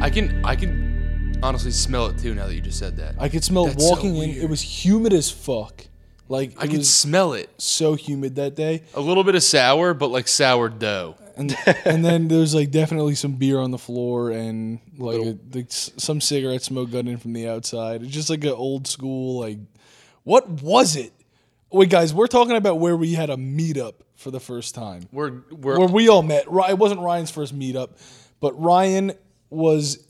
I can I can honestly smell it too now that you just said that. I could smell That's so walking in. It weird. was humid as fuck. Like it I can was smell it. so humid that day. A little bit of sour, but like sourdough. And and then there's like definitely some beer on the floor and like, a, like s- some cigarette smoke got in from the outside. It's just like an old school like what was it? Wait guys, we're talking about where we had a meetup for the first time. We're we're where we all met. Ry- It wasn't Ryan's first meetup, but Ryan was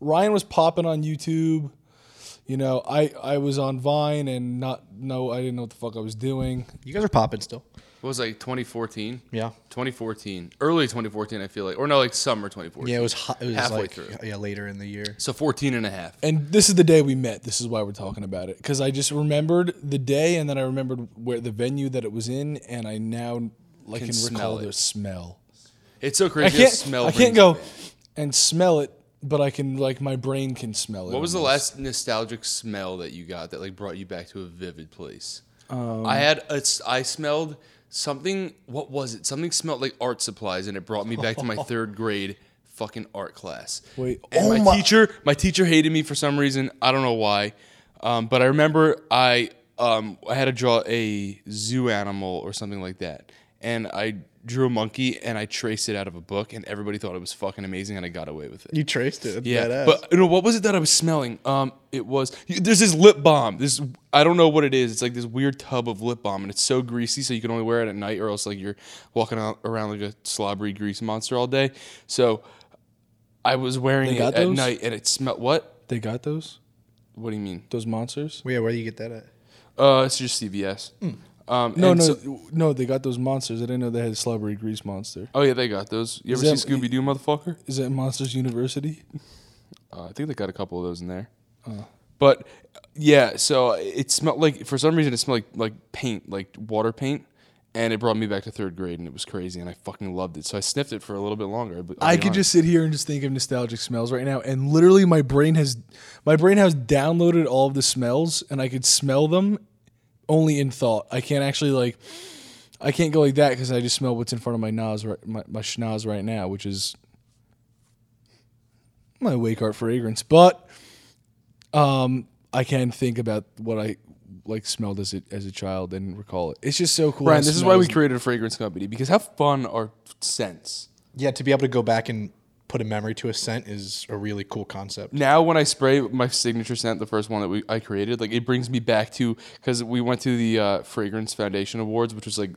Ryan was popping on YouTube. You know, I I was on Vine and not no, I didn't know what the fuck I was doing. You guys are popping still. what was it, like 2014. Yeah. 2014, early 2014, I feel like, or no, like summer 2014. Yeah, it was hot. It was Halfway like, through. Yeah, later in the year. So 14 and a half. And this is the day we met. This is why we're talking about it because I just remembered the day and then I remembered where the venue that it was in, and I now like can, Can smell recall it. the smell. It's so I crazy. how can't smell. I brings can't you go in. and smell it, but I can like my brain can smell it. What was the almost. last nostalgic smell that you got that like brought you back to a vivid place? I had a s I smelled something. What was it? Something smelled like art supplies, and it brought me back to my third grade fucking art class. Wait, and oh my, my- teacher, my teacher hated me for some reason. I don't know why, um, but I remember I um, I had to draw a zoo animal or something like that, and I drew a monkey and I traced it out of a book, and everybody thought it was fucking amazing, and I got away with it. You traced it. That's Yeah, badass. but you know what was it that I was smelling? Um, it was you- there's this lip balm. This I don't know what it is. It's like this weird tub of lip balm, and it's so greasy, so you can only wear it at night, or else like you're walking out, around like a slobbery grease monster all day. So I was wearing They it got at those? night, and it smelled. What? They got those What do you mean? those monsters. Well, yeah, where do you get that at? Uh, it's just CVS. Um, Hmm. No, and no, so- no. They got those monsters. I didn't know they had a celebrity grease monster. oh yeah, they got those. You ever Is see that- Scooby Doo, motherfucker? Is that Monsters University? Uh, I think they got a couple of those in there. Oh. But yeah, so it smelled like for some reason it smelled like, like paint, like water paint, and it brought me back to third grade, and it was crazy, and I fucking loved it. So I sniffed it for a little bit longer. I'll be I could honest. just sit here and just think of nostalgic smells right now, and literally my brain has, my brain has downloaded all of the smells, and I could smell them, only in thought. I can't actually like, I can't go like that because I just smell what's in front of my nose, right, my, my schnoz right now, which is my wake art fragrance. But, um, I can think about what I like smelled as a as a child and recall it. It's just so cool. Brian, how this is why we smells- created a fragrance company because how fun are scents? Yeah, to be able to go back and put a memory to a scent is a really cool concept. now when I spray my signature scent, the first one that we I created, like it brings me back to because we went to the uh, Fragrance Foundation Awards, which was like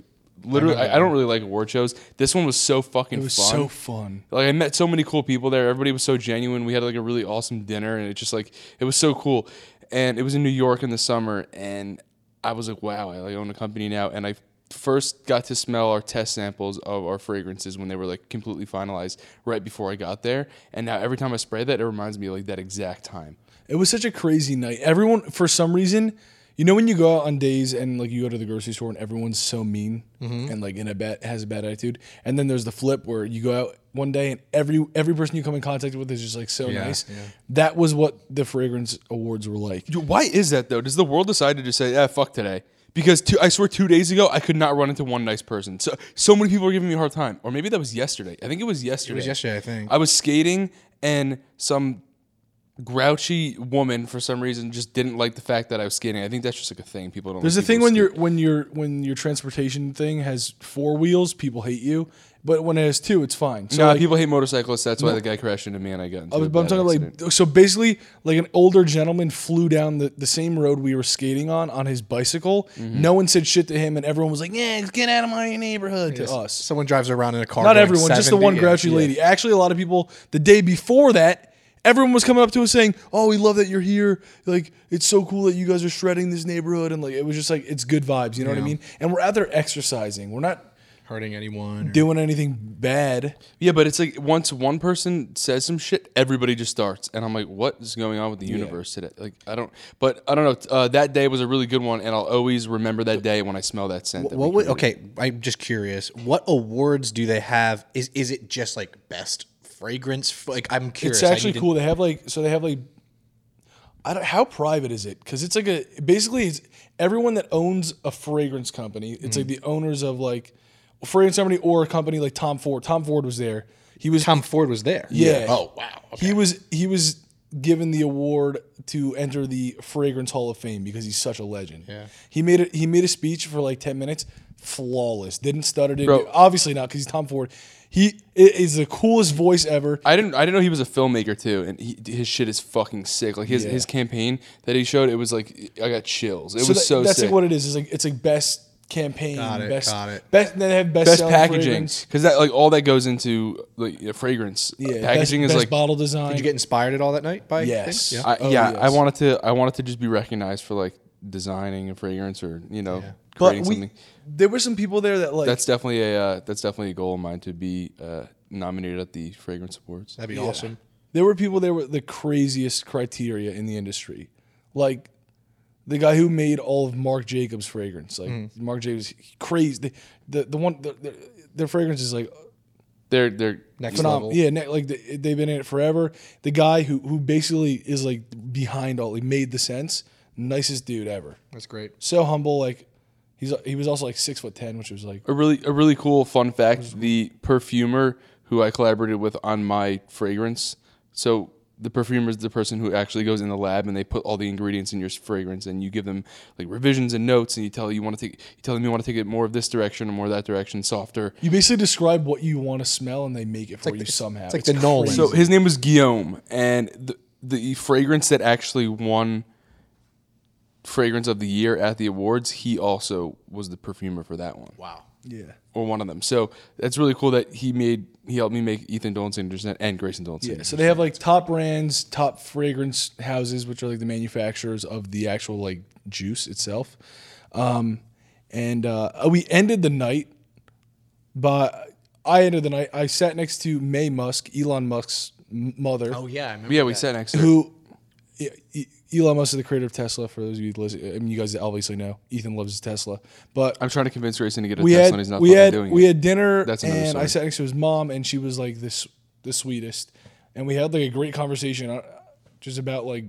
literally I, I don't really like award shows. This one was so fucking It was fun. so fun. Like I met so many cool people there. Everybody was so genuine. We had like a really awesome dinner, and it just like it was so cool. And it was in New York in the summer, and I was like, wow, I like own a company now, and I first got to smell our test samples of our fragrances when they were like completely finalized right before I got there. And now every time I spray that, it reminds me like that exact time. It was such a crazy night. Everyone, for some reason, you know, when you go out on days and like you go to the grocery store and everyone's so mean and like in a bad has a bad attitude, and then there's the flip where you go out one day and every every person you come in contact with is just like so nice. That was what the fragrance awards were like. Dude, why is that though? Does the world decide to just say, "Ah, fuck today"? Because two, I swear, two days ago, I could not run into one nice person. So, so many people are giving me a hard time. Or maybe that was yesterday. I think it was yesterday. It was yesterday, I think. I was skating and some grouchy woman for some reason just didn't like the fact that I was skating. I think that's just like a thing people don't. There's a like thing people when skate. your when your when your transportation thing has four wheels, people hate you. But when it has two, it's fine. So Nah, like, Uh, people hate motorcyclists. That's why the guy crashed into me and I got. Into I was, a but I'm bad talking accident. like so basically like an older gentleman flew down the, the same road we were skating on on his bicycle. No one said shit to him, and everyone was like, "Yeah, get out of my neighborhood." To us, Someone drives around in a car. not going everyone, just the 70, one yeah. grouchy Yeah. lady. Actually, a lot of people the day before that, everyone was coming up to us saying, "Oh, we love that you're here. Like, it's so cool that you guys are shredding this neighborhood." And like, it was just like it's good vibes. You know what I mean? And we're out there exercising. We're not Hurting anyone. or- doing anything bad. yeah, but it's like once one person says some shit, everybody just starts, and I'm like, what is going on with the universe today? Like, I don't. But I don't know. Uh, that day was a really good one, and I'll always remember that day when I smell that scent. that we What would okay? I'm just curious. What awards do they have? Is is it just like best fragrance? F- Like I'm curious. It's I actually need to- cool. They have like so they have like I don't how private is it? Because it's like a basically it's everyone that owns a fragrance Mm-hmm. company. It's like the owners of like a fragrance company or a company like Tom Ford. Tom Ford was there. He He was Tom Ford was there. Yeah. Oh wow. Okay. he was he was given the award to enter the Fragrance Hall of Fame because he's such a legend. Yeah. He made a, he made a speech for like 10 minutes, flawless. Didn't stutter, didn't Bro. obviously not cuz he's Tom Ford. He it is the coolest voice ever. I didn't. I didn't know he was a filmmaker too, and he, his shit is fucking sick. Like his, Yeah. his campaign that he showed, it was like I got chills. It was that- so that's sick. like what it is. It's like it's like best campaign, Got it, best got it. best they have best, best selling packaging fragrance. because that like all that goes into like the fragrance. Yeah, best- packaging best, is like bottle design. Did you get inspired at all that night by? Yes. things? Yeah. I, Oh, yeah, I yes. wanted to. I wanted to just be recognized for like designing a fragrance or you know but creating we, something. there were some people there that like That's definitely a uh, that's definitely a goal of mine to be uh, nominated at the fragrance awards. That'd be Yeah. awesome. There were people there with the craziest criteria in the industry. Like the guy who made all of Marc Jacobs fragrance. Like Mm-hmm. Marc Jacobs crazy the the, the one the, the, their fragrance is like They're they're Next phenomenal. level. Yeah, ne- like they, they've been in it forever. The guy who who basically is like behind all like made the sense, nicest dude ever. That's great. So humble like he's he was also like 6 foot 10, which was like a really a really cool fun fact. The perfumer who I collaborated with on my fragrance. So the perfumer is the person who actually goes in the lab and they put all the ingredients in your fragrance and you give them like revisions and notes and you tell you want to take you tell them you want to take it more of this direction or more of that direction, softer. you basically describe what you want to smell and they make it for you somehow. It's like the Nolan. So his name was Guillaume, and the, the fragrance that actually won fragrance of the year at the awards, he also was the perfumer for that one wow. yeah. or one of them. So that's really cool that he made he helped me make Ethan Dolan Sanders and Grayson Dolan Yeah, Sanders. so they have like top brands, top fragrance houses, which are like the manufacturers of the actual like juice itself. Um, and uh, we ended the night by I ended the night. I sat next to May Musk, Elon Musk's m- mother, Oh yeah. I remember Yeah, we sat next to her. who E- E- Elon Musk is the creator of Tesla. For those of you, who listen, I mean, you guys obviously know Ethan loves his Tesla, but I'm trying to convince Grayson to get a we Tesla had and he's not we fucking had doing we it. had dinner That's another and I story. sat next to his mom and she was like this the sweetest and we had like a great conversation uh, just about like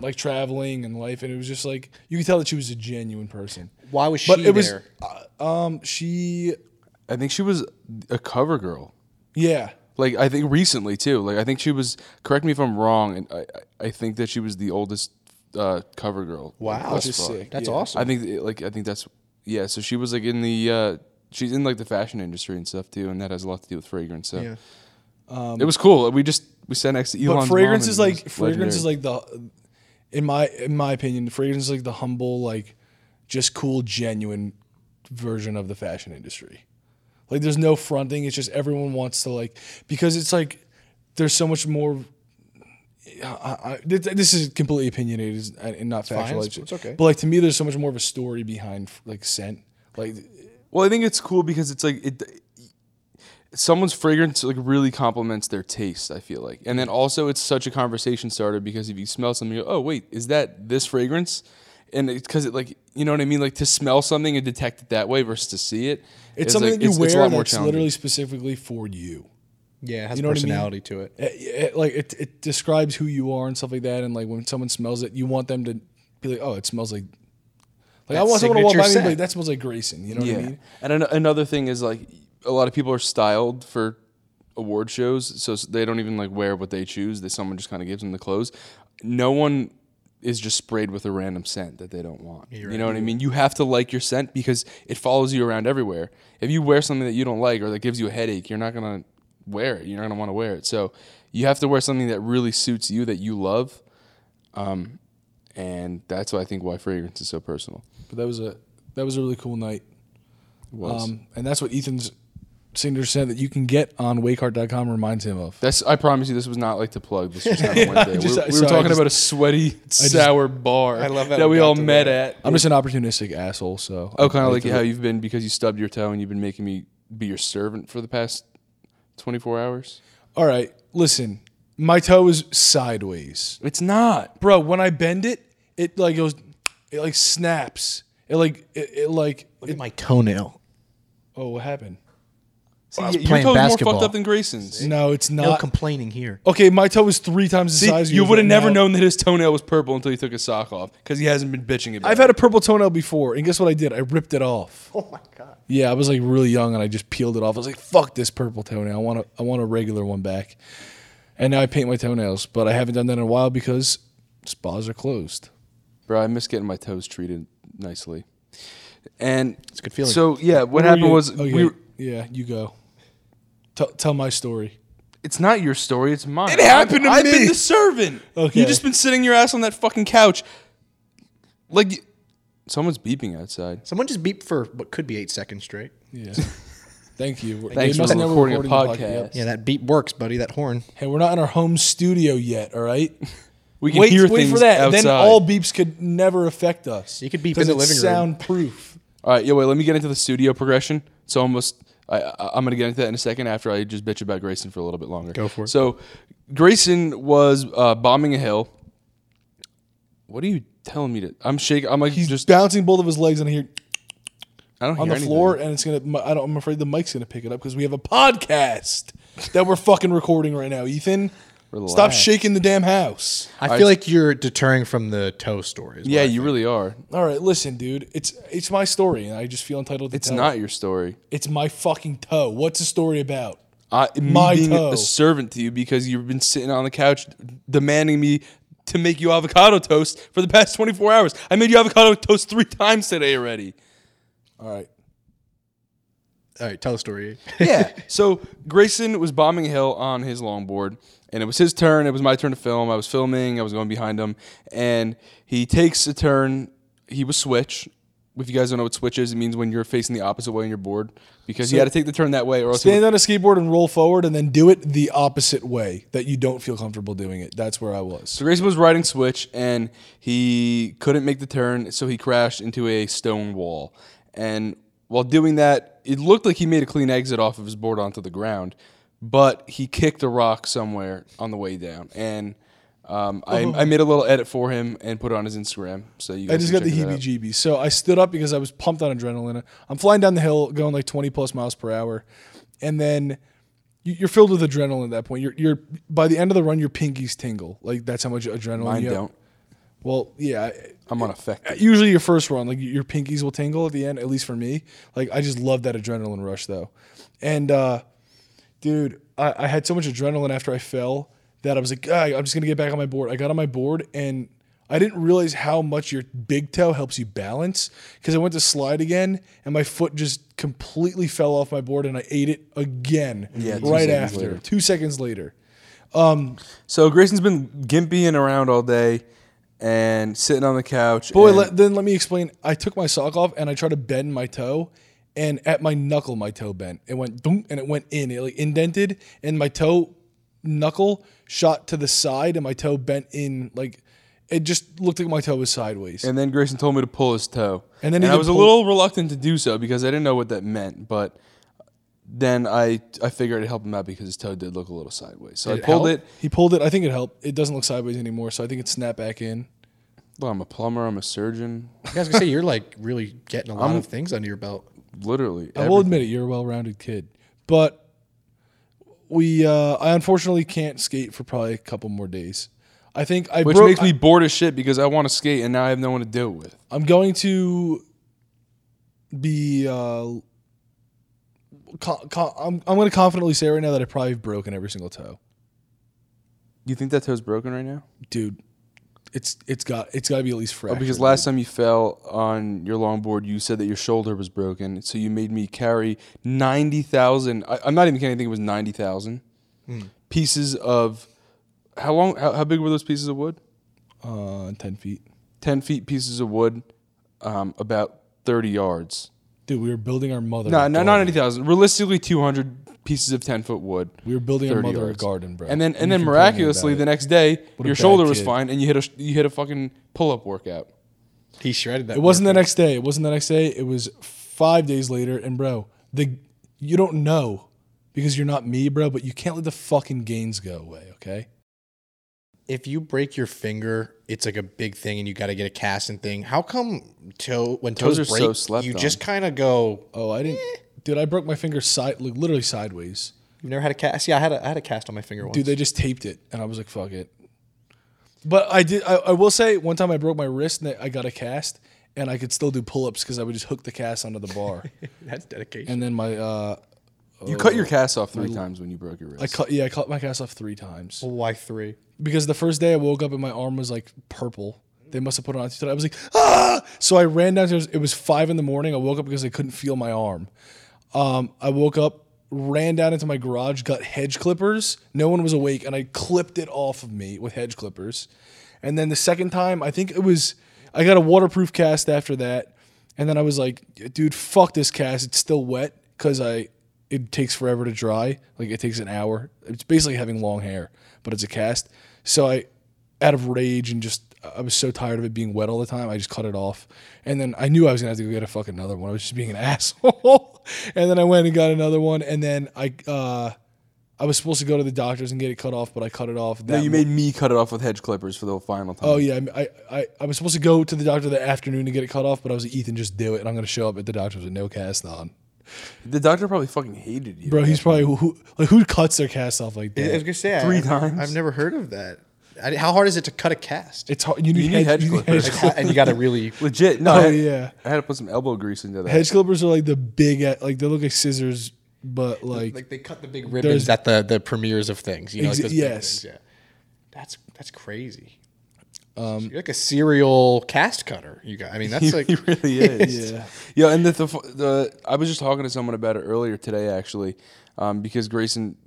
like traveling and life and it was just like you could tell that she was a genuine person Why was she but it was there? uh, um she I think she was a cover girl. yeah Like I think recently too. Like I think she was. Correct me if I'm wrong. And I, I- I think that she was the oldest uh, cover girl. Wow. thus Which is far. sick. That's Yeah. awesome. I think th- like I think that's yeah. So she was like in the uh, she's in like the fashion industry and stuff too, and that has a lot to do with fragrance. So Yeah. it was cool. We just we sat next to Elon. but fragrance is like fragrance is like the in my in my opinion the fragrance is like the humble like just cool genuine version of the fashion industry like there's no fronting it's just everyone wants to like because it's like there's so much more I, I, this- this is completely opinionated and not factual. it's- it's okay. But like to me, there's so much more of a story behind like scent. Like Well, I think it's cool because it's like it. Someone's fragrance like really complements their taste. I feel like, and then also it's such a conversation starter because if you smell something, you go, "Oh wait, is that this fragrance?" And it's because it like you know what I mean, like to smell something and detect it that way versus to see it. it's is, something like, that you it's- wear it's a lot more that's challenging. literally specifically for you. Yeah, it has You know what I mean? personality to it. it, it- Eh, like it, it describes who you are and stuff like that. And like when someone smells it, you want them to be like, "Oh, it smells like." Like I That's want someone to walk by signature me and scent. be like, "That smells like Grayson." You know what I mean? And an- another thing is like a lot of people are styled for award shows, so s- they don't even like wear what they choose. That someone just kind of gives them the clothes. No one is just sprayed with a random scent that they don't want. You know what I mean? You have to like your scent because it follows you around everywhere. If you wear something that you don't like or that gives you a headache, you're not gonna wear it. You're not gonna want to wear it. So you have to wear something that really suits you that you love. Um, and that's why I think why fragrance is so personal. But that was a that was a really cool night. It was. Um, and that's what Ethan's signature scent that you can get on wakeheart.com reminds him of. That's. I promise you, this was not like to plug. This was not a Wednesday. just- we, we sorry, were I talking just- about a sweaty, sour bar. I love that that we we got all to met that. at. I'm just an opportunistic asshole, so Oh, kind of like to- how you've been because you stubbed your toe and you've been making me be your servant for the past twenty four hours. All right, listen, my toe is sideways. It's not. bro when i bend it it like goes it like snaps it like it, it like Look at my toenail. oh what happened See, was y- your playing toe's basketball. more fucked up than Grayson's. No, it's No not. complaining here. okay, my toe was three times the See, size. of you yours would have right never now. known that his toenail was purple until he took his sock off because he hasn't been bitching about I've had a purple toenail before, and guess what I did? I ripped it off. Oh my god. Yeah, I was like really young, and I just peeled it off. I was like, "Fuck this purple toenail! I want a, I want a regular one back." And now I paint my toenails, but I haven't done that in a while because spas are closed. Bro, I miss getting my toes treated nicely. And it's a good feeling. So yeah, what Where happened you- was oh, we yeah, were, yeah, you go. Tell tell my story. it's not your story, it's mine. It happened to I've, me. I've been the servant. Okay. You just been sitting your ass on that fucking couch. Like y- someone's beeping outside. Someone just beeped for what could be eight seconds straight. Yeah. Thank you. Thanks They must for know we're recording a the podcast. yep. Yeah, that beep works, buddy. That horn. Hey, we're not in our home studio yet. All right. We can wait, hear wait things for that. outside. Then all beeps could never affect us. You could beep 'Cause in the it's living room. Soundproof. all right, yo, wait, let me get into the studio progression. It's almost I, I, I'm gonna get into that in a second after I just bitch about Grayson for a little bit longer. Go for it. So Grayson was uh, bombing a hill. What are you telling me to? I'm shaking. I'm like He's just. bouncing both of his legs, and I hear I don't hear on the anything. floor, and it's gonna. my- I don't, I'm afraid the mic's gonna pick it up because we have a podcast that we're fucking recording right now. Ethan, stop Relax. shaking the damn house. I feel like you're deterring from the toe stories. Yeah, you really are. All right, listen, dude. It's it's my story, and I just feel entitled to It's tell it. not your story. It's my fucking toe. What's the story about? I, me My being toe. a servant to you because you've been sitting on the couch demanding me to make you avocado toast for the past 24 hours. I made you avocado toast three times today already. All right. All right, tell the story. yeah. So Grayson was bombing a hill on his longboard, and it was his turn. It was my turn to film. I was filming. I was going behind him, and he takes a turn. He was switch. If you guys don't know what switch is, it means when you're facing the opposite way on your board because you had to take the turn that way, or else. he Stand on a skateboard and roll forward, and then do it the opposite way that you don't feel comfortable doing it. That's where I was. So Grayson was riding switch and he couldn't make the turn, so he crashed into a stone wall. And while doing that, it looked like he made a clean exit off of his board onto the ground, but he kicked a rock somewhere on the way down. And um, I, I made a little edit for him and put it on his Instagram. So you guys Oh. I just can got the check that out. heebie-jeebies. So I stood up because I was pumped on adrenaline. I'm flying down the hill, going like 20 plus miles per hour, and then you- you're filled with adrenaline at that point. You're, you're by the end of the run, your pinkies tingle. Like that's how much adrenaline. Mine you have. don't. Well, yeah. I- I'm unaffected. Uh, usually your first run, like your pinkies will tingle at the end, at least for me. Like I just love that adrenaline rush though. And uh dude, I, I had so much adrenaline after I fell that I was like, "Ah, I'm just gonna get back on my board. I got on my board and I didn't realize how much your big toe helps you balance because I went to slide again and my foot just completely fell off my board and I ate it again Yeah, two right seconds after. later. Two seconds later. So Grayson's been gimpying around all day and sitting on the couch. Boy, and- let, then let me explain. I took my sock off and I tried to bend my toe, and at my knuckle, my toe bent. It went boom, and it went in. It like indented, and my toe knuckle shot to the side, and my toe bent in. Like it just looked like my toe was sideways. And then Grayson told me to pull his toe. And And then then he I did was pull- a little reluctant to do so because I didn't know what that meant. But then I I figured it'd help him out because his toe did look a little sideways. So I pulled Help? it. He pulled it. I think it helped. It doesn't look sideways anymore, so I think it snapped back in. Well, I'm a plumber. I'm a surgeon. I was gonna say you're like really getting a lot of things under your belt. Literally. I will everything. admit it. You're a well-rounded kid, but we. Uh, I unfortunately can't skate for probably a couple more days. I think I Which broke, makes me bored as shit because I want to skate and now I have no one to deal with. I'm going to be. Uh, co- co- I'm, I'm going to confidently say right now that I probably have broken every single toe, You think that toe's broken right now? dude. It's it's got it's got to be at least fractured. Oh, Because last time you fell on your longboard, you said that your shoulder was broken. So you made me carry 90,000. I- I'm not even kidding. I think it was 90,000 Hmm. pieces of. How long? How, how big were those pieces of wood? uh, ten feet, 10 feet pieces of wood, um, about 30 yards. dude. We were building our mother. No, a no, garden. not 90,000. Realistically, 200 pieces of 10 foot wood. We were building our 30 mother yards. a garden, bro. And then, and you then complaining about miraculously, it. the next day, a your bad shoulder was kid. fine, and you hit a sh- you hit a fucking pull up workout. He shredded that. It wasn't the next day. It wasn't the next day. It was five days later. And bro, the you don't know because you're not me, bro. But you can't let the fucking gains go away. Okay. If you break your finger, it's like a big thing, and you got to get a cast and thing. How come toe when Toes toes, are so break, slept you on. just kind of go? Oh, I didn't, dude, I broke my finger side, like literally sideways. You've never had a cast? Yeah, I had a, I had a cast on my finger once. Dude, they just taped it, and I was like, fuck it. But I did. I, I will say, one time I broke my wrist, and I got a cast, and I could still do pull-ups because I would just hook the cast onto the bar, That's dedication. and then my uh, You cut Oh. your cast off three times when you broke your wrist. I cut. Yeah, I cut my cast off three times Why three? because the first day I woke up and my arm was like purple. They must have put it on. I was like, ah! So I ran downstairs. It was five in the morning. I woke up because I couldn't feel my arm. Um, I woke up, ran down into my garage, got hedge clippers. No one was awake, and I clipped it off of me with hedge clippers. And then the second time, I think it was, I got a waterproof cast after that. And then I was like, dude, fuck this cast. It's still wet because I, it takes forever to dry. Like it takes an hour. It's basically having long hair, but it's a cast. So I, out of rage and just I was so tired of it being wet all the time. I just cut it off, and then I knew I was gonna have to go get a fucking another one. I was just being an asshole, and then I went and got another one, and then I uh, I was supposed to go to the doctors and get it cut off, but I cut it off. That No, you made me cut it off with hedge clippers for the final time. Oh yeah, I, I I was supposed to go to the doctor that afternoon to get it cut off, but I was like, Ethan, just do it, and I'm gonna show up at the doctor's with no cast on, The doctor probably fucking hated you. bro. He's probably who, who like who cuts their cast off like I was that? gonna say Three I've, times? I've never heard of that. I, how hard is it to cut a cast? It's hard. You need, You need hedge you need clippers. hedge Like, and you got to really. legit. No, Oh, I had, yeah. I had to put some elbow grease into that. Hedge clippers are like the big, like they look like scissors, but like, Like they cut the big ribbons There's- at the the premieres of things. You know, like Exa- those big yes. things, yeah. That's that's crazy. You're like a serial cast cutter. You got. I mean, that's like he really is. Yeah. Yeah, and the, the the I was just talking to someone about it earlier today, actually, um, because Grayson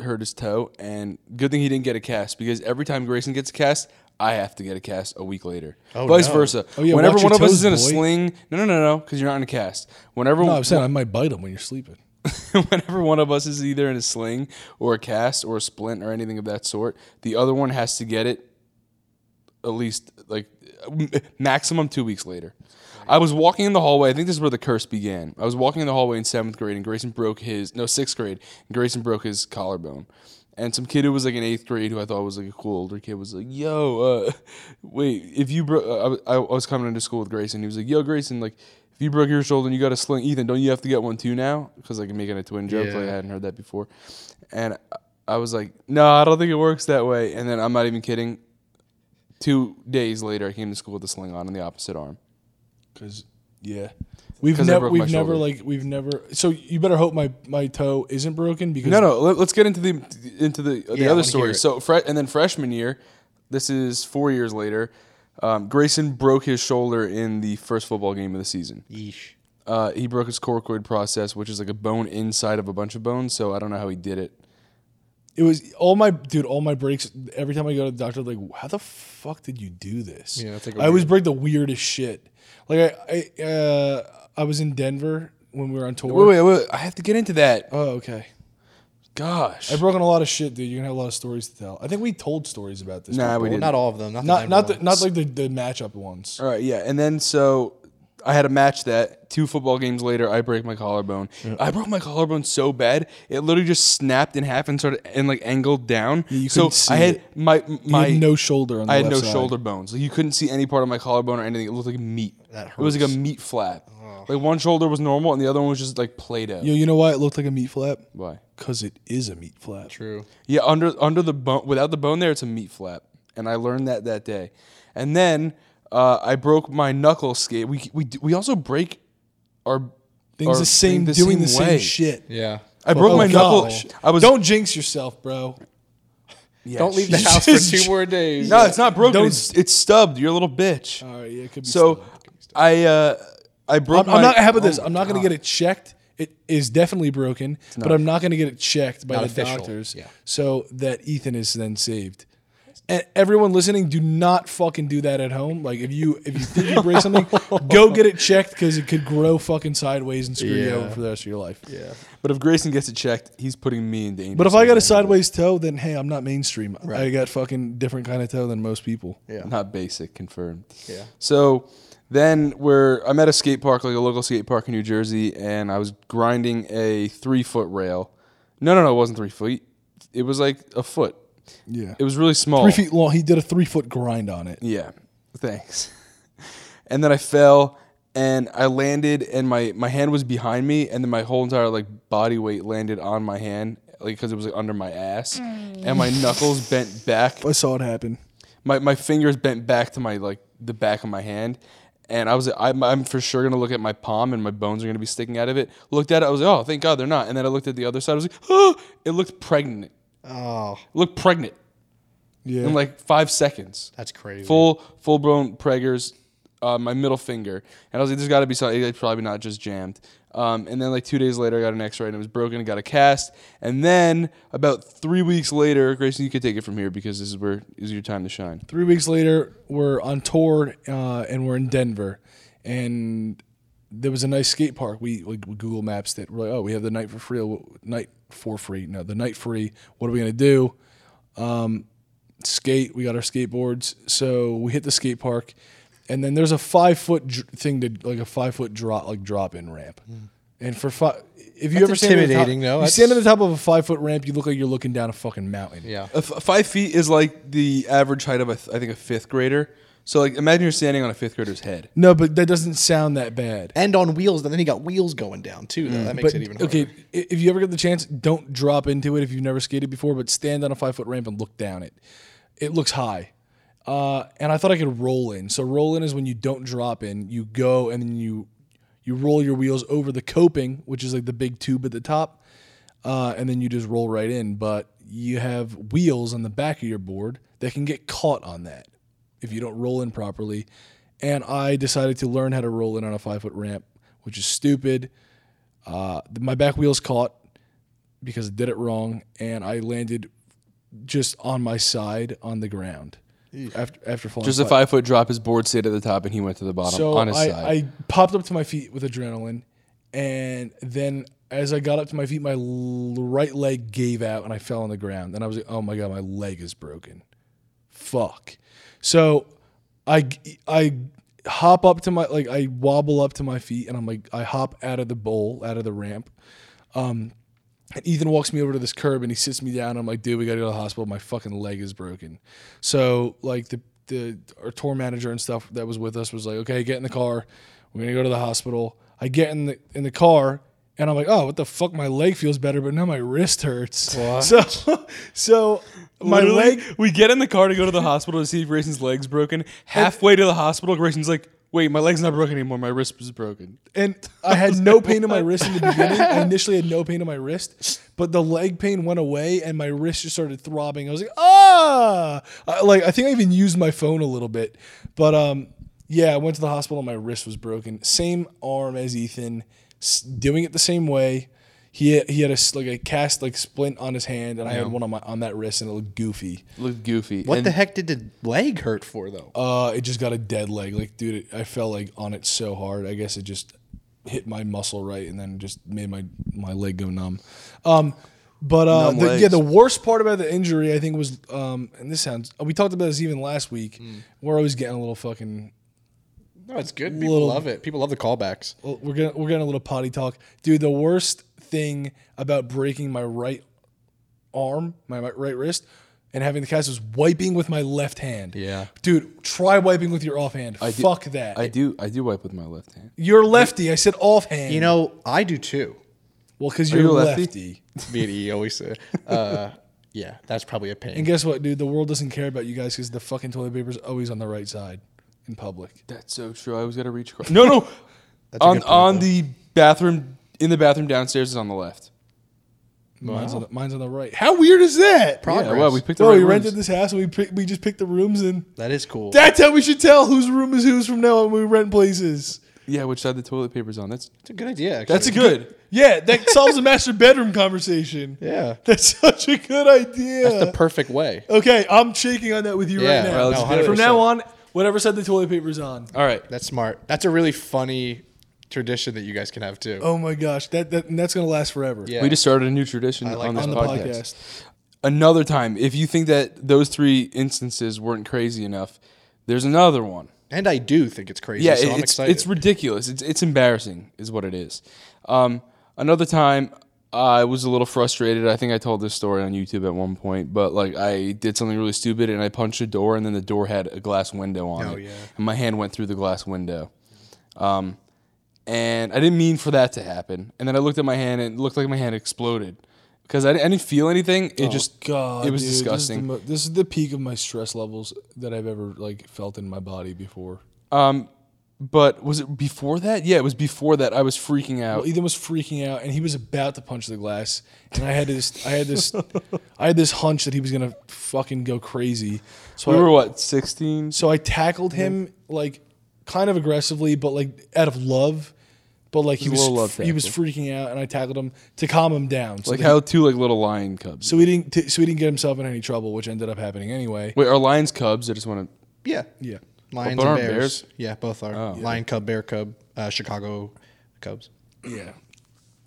hurt his toe, and good thing he didn't get a cast because every time Grayson gets a cast, I have to get a cast a week later. Oh, Vice no. versa. Oh, yeah, Whenever watch your one of us is toes, in a boy. sling, no, no, no, no, because you're not in a cast. Whenever no, I'm saying I might bite them when you're sleeping. whenever one of us is either in a sling or a cast or a splint or anything of that sort, the other one has to get it at least like m- maximum two weeks later. I was walking in the hallway. I think this is where the curse began. I was walking in the hallway in seventh grade, and Grayson broke his no sixth grade. And Grayson broke his collarbone, and some kid who was like in eighth grade, who I thought was like a cool older kid, was like, "Yo, uh, wait, if you broke," uh, I, was- I was coming into school with Grayson. He was like, "Yo, Grayson, like." If you broke your shoulder and you got a sling, Ethan, don't you have to get one too now? Because like making a twin joke, like I Yeah. hadn't heard that before, and I was like, "No, I don't think it works that way." And then I'm not even kidding two days later, I came to school with a sling on in the opposite arm. Cause yeah, we've 'Cause I never broke my we've never shoulder. like we've never. So you better hope my my toe isn't broken because No, no. Let, us get into the into the the I other wanna hear story. it. So, fre- and then freshman year, this is four years later. Um, Grayson broke his shoulder in the first football game of the season. yeesh. Uh, he broke his coracoid process, which is like a bone inside of a bunch of bones. So I don't know how he did it. it was all my dude. All my breaks. Every time I go to the doctor, like, how the fuck did you do this? Yeah, that's like a I always break the weirdest shit. Like I I uh, I was in Denver when we were on tour. Wait, wait, wait! I have to get into that. Oh okay. Gosh. I've broken a lot of shit, dude. You're gonna have a lot of stories to tell. I think we told stories about this. Nah, before. we Well, didn't. not all of them. Not not not the, the, not like the, the matchup ones. All right, yeah. And then so I had a match that two football games later, I break my collarbone. I broke my collarbone so bad it literally just snapped in half and sort of and like angled down. you so couldn't see I had it. my my you had no shoulder on the I had left no side. shoulder bones. Like you couldn't see any part of my collarbone or anything. It looked like meat. That It was like a meat flap. Oh. Like one shoulder was normal and the other one was just like Play-Doh. Yo, you know why it looked like a meat flap? Why? Cause it is a meat flap. true. Yeah, under under the bone without the bone there, it's a meat flap, and I learned that that day. And then uh, I broke my knuckle skate. We we d- we also break our Things our the same, thing doing the way. same shit. Yeah. I broke Oh, my gosh. knuckle. I was Don't jinx yourself, bro. yeah, Don't leave the sh- house for two more days. No, it's not broken. Don't- It's, it's stubbed. You're a little bitch. All right, yeah, it could be. so stuff. I uh, I broke. I'm, I'm my- not. How about oh this? my I'm not going God. to get it checked. It is definitely broken, but I'm not going to get it checked by the official, doctors. yeah. So that Ethan is then saved. And everyone listening, do not fucking do that at home. Like if you if you think you break something, go get it checked because it could grow fucking sideways and screw you Yeah. over for the rest of your life. Yeah. But if Grayson gets it checked, he's putting me in danger. But if I got a So sideways toe, then hey, I'm not mainstream. I Right. got fucking different kind of toe than most people. Yeah. Not basic, confirmed. Yeah. So then we're I'm at a skate park, like a local skate park in New Jersey, and I was grinding a three foot rail. No, no, no, it wasn't three feet. It was like a foot. Yeah, It was really small. three feet long. He did a three foot grind on it. Yeah. Thanks. And then I fell and I landed, and my my hand was behind me, and then my whole entire like body weight landed on my hand, like because it was like under my ass, and my Mm. knuckles bent back I saw it happen. my, my fingers bent back to my like the back of my hand and i was I'm, I'm for sure gonna look at my palm and my bones are gonna be sticking out of it looked at it i was like oh thank god they're not and then i looked at the other side i was like oh it looked pregnant Oh, it looked pregnant Yeah. in like five seconds that's crazy. full full blown preggers uh, my middle finger and i was like there's gotta be something it's probably not just jammed um, and then like two days later i got an x-ray and it was broken and got a cast and then about three weeks later grayson you can take it from here because this is where is your time to shine Three weeks later, we're on tour uh, and we're in Denver, and there was a nice skate park. We like we Google Maps that we're like, oh, we have the night for free, night for free. No, the night free. What are we gonna do? Um, skate. We got our skateboards. So we hit the skate park, and then there's a five foot dr- thing to like a five foot drop like drop in ramp. And for five, if you Hmm. That's ever stand at the top- intimidating, though. you stand at That's- the top of a five foot ramp, you look like you're looking down a fucking mountain. yeah. A f- five feet is like the average height of a th- I think a fifth grader. So like imagine you're standing on a fifth grader's head. No, but that doesn't sound that bad. And on wheels, and then he got wheels going down too. Though. That makes But it even harder. okay, i- if you ever get the chance, don't drop into it if you've never skated before. But stand on a five foot ramp and look down it. It looks high. Uh, and I thought I could roll in. So roll in is when you don't drop in, you go and then you you roll your wheels over the coping, which is like the big tube at the top, uh, and then you just roll right in. But you have wheels on the back of your board that can get caught on that if you don't roll in properly. And I decided to learn how to roll in on a five foot ramp, which is stupid. Uh, th- my back wheels caught because I did it wrong, and I landed just on my side on the ground after after falling. Just a flat. five foot drop. His board stayed at the top, and he went to the bottom So on his I, side. I popped up to my feet with adrenaline, and then as I got up to my feet, my l- right leg gave out and I fell on the ground. And I was like, "Oh my god, my leg is broken, fuck!" So I g- I hop up to my like I wobble up to my feet, and I'm like I hop out of the bowl, out of the ramp. Um, And Ethan walks me over to this curb and he sits me down. I'm like, dude, we gotta go to the hospital. My fucking leg is broken. So like the the our tour manager and stuff that was with us was like, okay, get in the car. We're gonna go to the hospital. I get in the in the car and I'm like, oh, what the fuck? My leg feels better, but now my wrist hurts. So so my Literally, leg. We get in the car to go to the hospital to see if Grayson's leg's broken. Halfway to the hospital, Grayson's like, "Wait, my leg's not broken anymore. My wrist is broken." And I had no pain in my wrist in the beginning. I initially had no pain in my wrist, but the leg pain went away and my wrist just started throbbing. I was like, ah, I, like I think I even used my phone a little bit, but um, yeah, I went to the hospital. and My wrist was broken. Same arm as Ethan, s- doing it the same way. He he had a s- like a cast like splint on his hand, and I had one on my on that wrist, and it looked goofy. Looked goofy. What And the heck did the leg hurt for though? Uh, it just got a dead leg. Like, dude, it, I fell like on it so hard. I guess it just hit my muscle right, and then just made my my leg go numb. Um, but uh, Numb the, legs. yeah, the worst part about the injury, I think, was um, and this sounds we talked about this even last week. Mm. We're always getting a little fucking no, it's good. People little- love it. People love the callbacks. well, we're gonna we're getting a little potty talk, dude. The worst thing about breaking my right arm, my right right wrist, and having the cast was wiping with my left hand. Yeah. dude, try wiping with your offhand. I do- Fuck that. I do. I do wipe with my left hand. You're lefty. I said offhand. You know, I do too. well, because Are you're you a lefty. lefty? Me and E always say, uh, yeah, that's probably a And pain. guess what, dude? The world doesn't care about you guys because the fucking toilet paper's always on the right side in public. That's so true. I always got to reach. Across. No, no. on good point, on the bathroom in the bathroom downstairs is on the left. Mine's, on the, mine's on the right. How weird is that? Progress. Yeah, well, we picked the Bro, right we rooms. rented this house and we pick, we just picked the rooms and that is cool. that's how we should tell whose room is whose from now on. when We rent places. Yeah, which side the toilet paper's on? That's that's a good idea. Actually. that's good. Yeah, that solves the master bedroom conversation. Yeah. that's such a good idea. That's the perfect way. okay, I'm shaking on that with you Yeah, right now. All right, let's no, do it. from 100%. now on, whatever side the toilet paper's on. All right. That's smart. That's a really funny tradition that you guys can have too. Oh my gosh, that, that and that's gonna last forever. yeah. We just started a new tradition like on that. this on the podcast. podcast. Oh Another time, if you think that those three instances weren't crazy enough, there's another one. and I do think it's crazy. Yeah, so it- I'm it's, excited. it's ridiculous. It's, it's embarrassing, is what it is. Um, another time, I was a little frustrated. I think I told this story on YouTube at one point, but like I did something really stupid and I punched a door, and then the door had a glass window on Oh, it, yeah. and my hand went through the glass window. Um, and I didn't mean for that to happen. And then I looked at my hand and it looked like my hand exploded because I, di- I didn't feel anything. Oh. It just God, it was dude, this is the disgusting. mo- This is, the peak of my stress levels that I've ever like felt in my body before. Um, but was it before that? Yeah, it was before that. I was freaking out. Well, Ethan was freaking out, and he was about to punch the glass, and I had this, I had this, I had this hunch that he was gonna fucking go crazy. So we I, were what 16? So I tackled him like kind of aggressively, but like out of love. But like he was a was little love he was freaking out, and I tackled him to calm him down. So Like that- how two like little lion cubs. so he didn't t- so he didn't get himself in any trouble, which ended up happening anyway. Wait, are lions cubs? I just want to. Yeah. Yeah. Lions But and aren't bears. bears? Oh, Yeah, both are. Lion cub, bear cub, uh, Chicago Cubs. Yeah.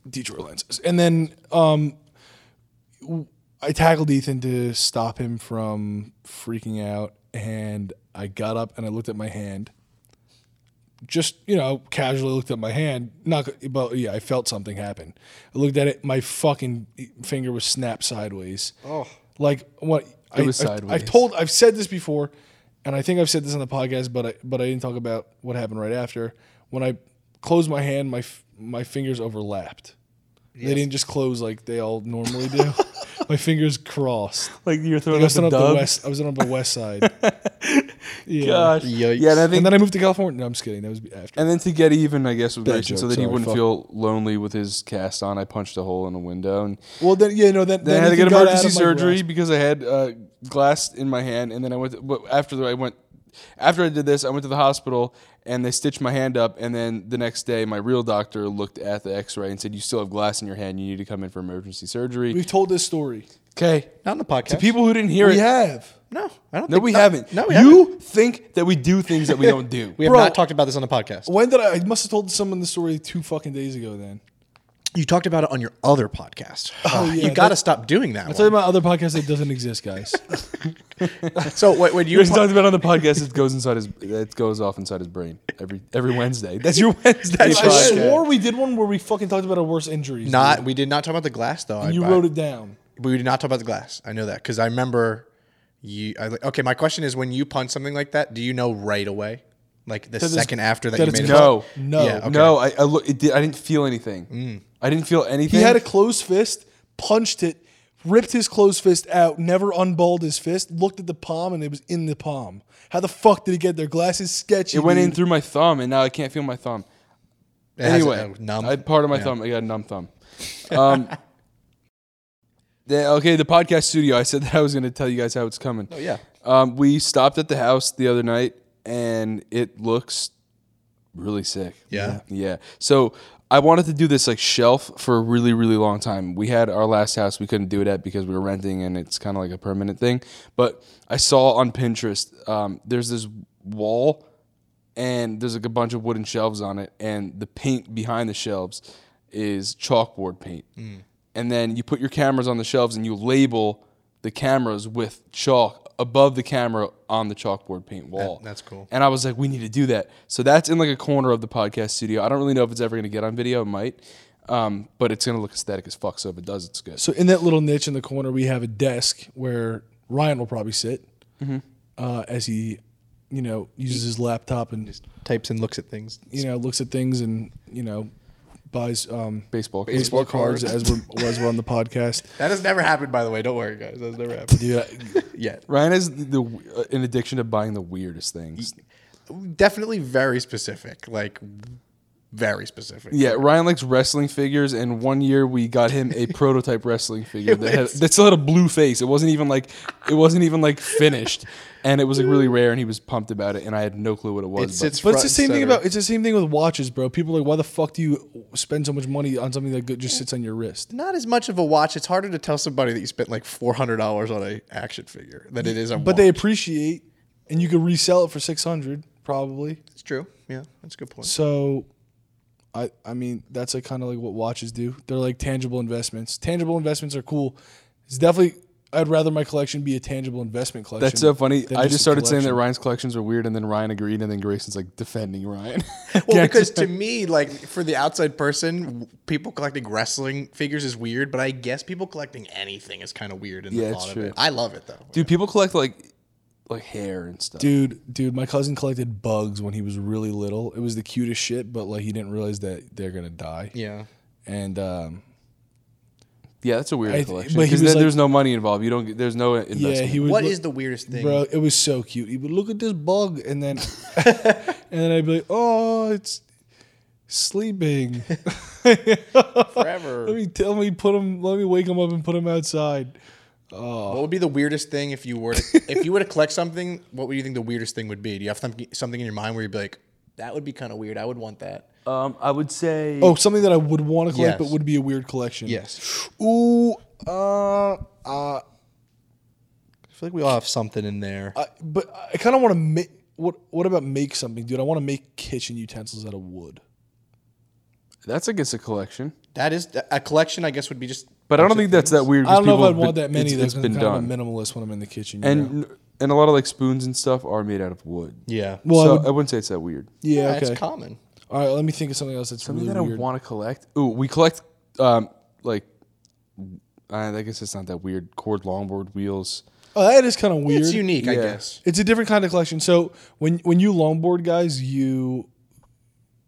Detroit lenses. And then um w- I tackled Ethan to stop him from freaking out and I got up and I looked at my hand. Just, you know, casually looked at my hand. Not g- but yeah, I felt something happen. I looked at it, my fucking finger was snapped sideways. Oh. Like what I, was I've- I've sideways. told I've said this before and I think I've said this on the podcast but I but I didn't talk about what happened right after. When I closed my hand, my f- my fingers overlapped. They didn't just close like they all normally do. my fingers crossed. Like you're I throwing was on the west. I was on the west side. yeah. Gosh. Yikes. Yeah, and I think And then I moved to California. No, I'm just kidding. That was after. And then to get even, I guess, with Bad Grayson, so joke, that he sorry, wouldn't fuck. feel lonely with his cast on, I punched a hole in a window, and well, then yeah, no. Then, then, I had to Ethan get got out emergency of my surgery grasp. because I had uh, glass in my hand, and then I went. To, but after I went, after I did this, I went to the hospital, and they stitched my hand up, and then the next day, my real doctor looked at the X-ray and said, "You still have glass in your hand. You need to come in for emergency surgery." We've told this story. Okay. Not in the podcast. To people who didn't hear We it, have. No, I don't no, think we no- haven't. No, we you haven't. think that we do things that we don't do. We have Bro. not talked about this on the podcast. When did I? I must have told someone the story two fucking days ago. Then. You talked about it on your other podcast. Ah, yeah, you got to stop doing that. Tell you one. about other podcast that doesn't exist, guys. So wait, when you Chris talked about on the podcast. It goes inside his. It goes off inside his brain every every Wednesday. That's your Wednesday. I podcast. swore we did one where we fucking talked about our worst injuries. not, we did not talk about the glass though. I- dude. You I- wrote it down. But we did not talk about the glass. I know that because I remember you. I, like- okay, my question is: when you punch something like that, do you know right away, like the second after that, that you it's made No, it? No. Yeah, okay. Mm. no. I, I look. It did, I didn't feel anything. I didn't feel anything. He had a closed fist, punched it, ripped his closed fist out, never unballed his fist, looked at the palm, and it was in the palm. How the fuck did he get there? Glasses sketchy. it went in dude. through my thumb, and now I can't feel my thumb. It has Anyway, a- a numb. I had part of my Yeah. thumb. I got a numb thumb. Um, the- okay, the podcast studio. I said that I was going to tell you guys how it's coming. Oh, yeah. Um, we stopped at the house the other night, and it looks really sick. Yeah. Yeah. So I wanted to do this like shelf for a really, really long time. We had our last house, we couldn't do it at because we were renting and it's kind of like a permanent thing. But I saw on Pinterest, um, there's this wall and there's like a bunch of wooden shelves on it. And the paint behind the shelves is chalkboard paint. And then you put your cameras on the shelves and you label the cameras with chalk above the camera on the chalkboard paint wall. that's cool. And I was like, we need to do that. So that's in like a corner of the podcast studio. I don't really know if it's ever going to get on video. It might. Um, but it's going to look aesthetic as fuck. So if it does, it's good. So in that little niche in the corner, we have a desk where Ryan will probably sit uh, as he, you know, uses his laptop and types and looks at things. you know looks at things and you know buys um, Baseball. baseball cards as we're as we're on the podcast. That has never happened, by the way. Don't worry, guys. That's never happened Yeah, yet. Ryan has the uh, an addiction to buying the weirdest things. Definitely very specific. Like very specific. Yeah, Ryan likes wrestling figures, and one year we got him a prototype wrestling figure that, had, that still had a blue face. It wasn't even like it wasn't even like finished, and it was like really rare. And he was pumped about it, and I had no clue what it was. It but- sits But front it's the and same thing center. about it's the same thing with watches, bro. People are like, why the fuck do you spend so much money on something that go- just sits on your wrist? not as much of a watch. It's harder to tell somebody that you spent like four hundred dollars on a action figure than it is on. But they appreciate, and you could resell it for six hundred probably. it's true. Yeah, that's a good point. So, I I mean that's like kind of like what watches do. They're like tangible investments. Tangible investments are cool. It's definitely I'd rather my collection be a tangible investment collection. That's so funny. than I a just started saying that collection. Ryan's collections are weird, and then Ryan agreed, and then Grayson's like defending Ryan. Well, because to me, like for the outside person, w- people collecting wrestling figures is weird. But I guess people collecting anything is kind of weird in Yeah, the it's thought of true. it. I love it though. Dude, people collect like like hair and stuff. Dude, dude, my cousin collected bugs when he was really little. It was the cutest shit, but like he didn't realize that they're gonna die. Yeah. And um, yeah, that's a weird I- collection. but he Because was like- there's no money involved. You don't. get- There's no investment. yeah, he would. What look- is the weirdest thing? bro? It was so cute. He would look at this bug, and then, and then I'd be like, oh, it's sleeping. Forever. Let me tell me put him. Let me wake him up and put him outside. What would be the weirdest thing if you were to, if you were to collect something? What would you think the weirdest thing would be? Do you have something something in your mind where you'd be like, that would be kind of weird. I would want that. um, I would say. Oh, something that I would want to collect, Yes. but would be a weird collection. Yes. Ooh. Uh. Uh. I feel like we all have something in there. I, but I kind of want to make. What What about make something, dude? I want to make kitchen utensils out of wood. that's I guess a collection. That is a collection. I guess would be just. But I don't think that's that weird. I 'cause don't know if people I'd have want been- that many. It's, That's it's been done. I'm a minimalist when I'm in the kitchen. you know? and and a lot of like spoons and stuff are made out of wood. Yeah. well, I so I, would- wouldn't say it's that weird. yeah, That's okay. common. All right, let me think of something else that's Something really that weird. I want to collect. Ooh, we collect um like I I guess it's not that weird. Cord longboard wheels. oh, that is kind of weird. It's unique, I Yeah. guess. It's a different kind of collection. So when when you longboard guys, you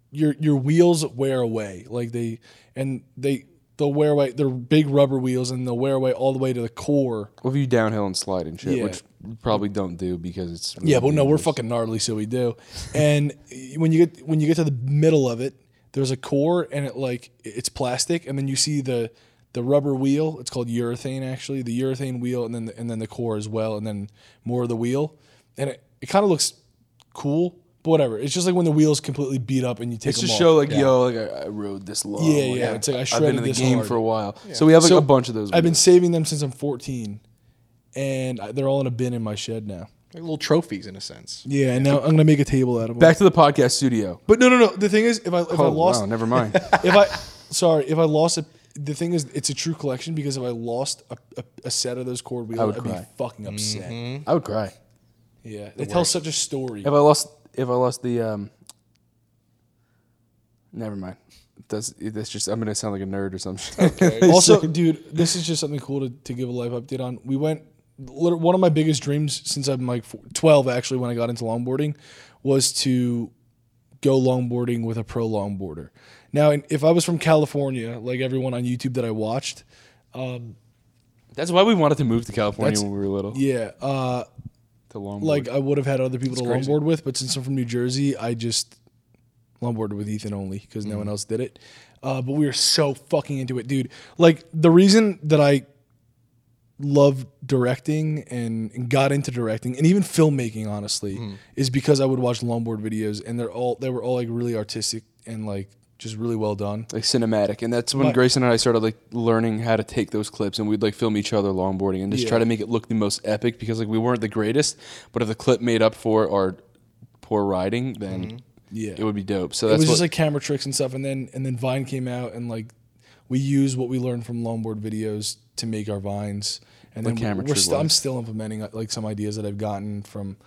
your your wheels wear away. Like they and they they'll wear away. They're big rubber wheels and they'll wear away all the way to the core. Well, if you downhill and slide and shit, Yeah. which you probably don't do because it's Yeah, but no, we're fucking gnarly, so we do. And when you get when you get to the middle of it, there's a core, and it like it's plastic, and then you see the the rubber wheel. It's called urethane, actually, the urethane wheel, and then the, and then the core as well, and then more of the wheel, and it, it kind of looks cool, but whatever. It's just like when the wheel's completely beat up and you take It's them just off. show like yo, like I, I rode this long. Yeah, like, yeah, it's like, I I've been shredded in the this game hard. for a while, so we have like So, a bunch of those. I've been wheels. saving them since I'm 14, and I- they're all in a bin in my shed now. Like little trophies in a sense. Yeah, and now I'm gonna make a table out of them. back to the podcast studio. but no, no, no. The thing is, if I if I oh lost wow, never mind. if I sorry, if I lost it, the thing is, it's a true collection because if I lost a, a, a set of those cord wheels, I would would cry. be fucking upset. I would cry Yeah, they tell such a story. if I lost if I lost the um. Never mind. That's that's just I'm gonna sound like a nerd or something. also, dude, this is just something cool to, to give a live update on. We went lit- one of my biggest dreams since I'm like four- 12 actually when I got into longboarding was to go longboarding with a pro longboarder. Now, and if I was from California, like everyone on YouTube that I watched, that's why we wanted to move to California That's- when we were little. yeah, uh, To longboard. like I would have had other people to longboard with, but since I'm from New Jersey, I just longboarded with Ethan only because no one else did it. Uh, but we were so fucking into it, dude. Like the reason that I love directing and, and got into directing and even filmmaking, honestly, is because I would watch longboard videos and they're all they were all like really artistic and like just really well done. like cinematic, and that's when Grayson and I started like learning how to take those clips, and we'd like film each other longboarding and just try Yeah. to make it look the most epic because like we weren't the greatest, but if the clip made up for our poor riding, then Yeah. Mm-hmm. it would be dope. So it that's was what, just like camera tricks and stuff and then and then vine came out and like we use what we learned from longboard videos to make our vines and then camera we're trick st- i'm was. still implementing uh, like some ideas that i've gotten from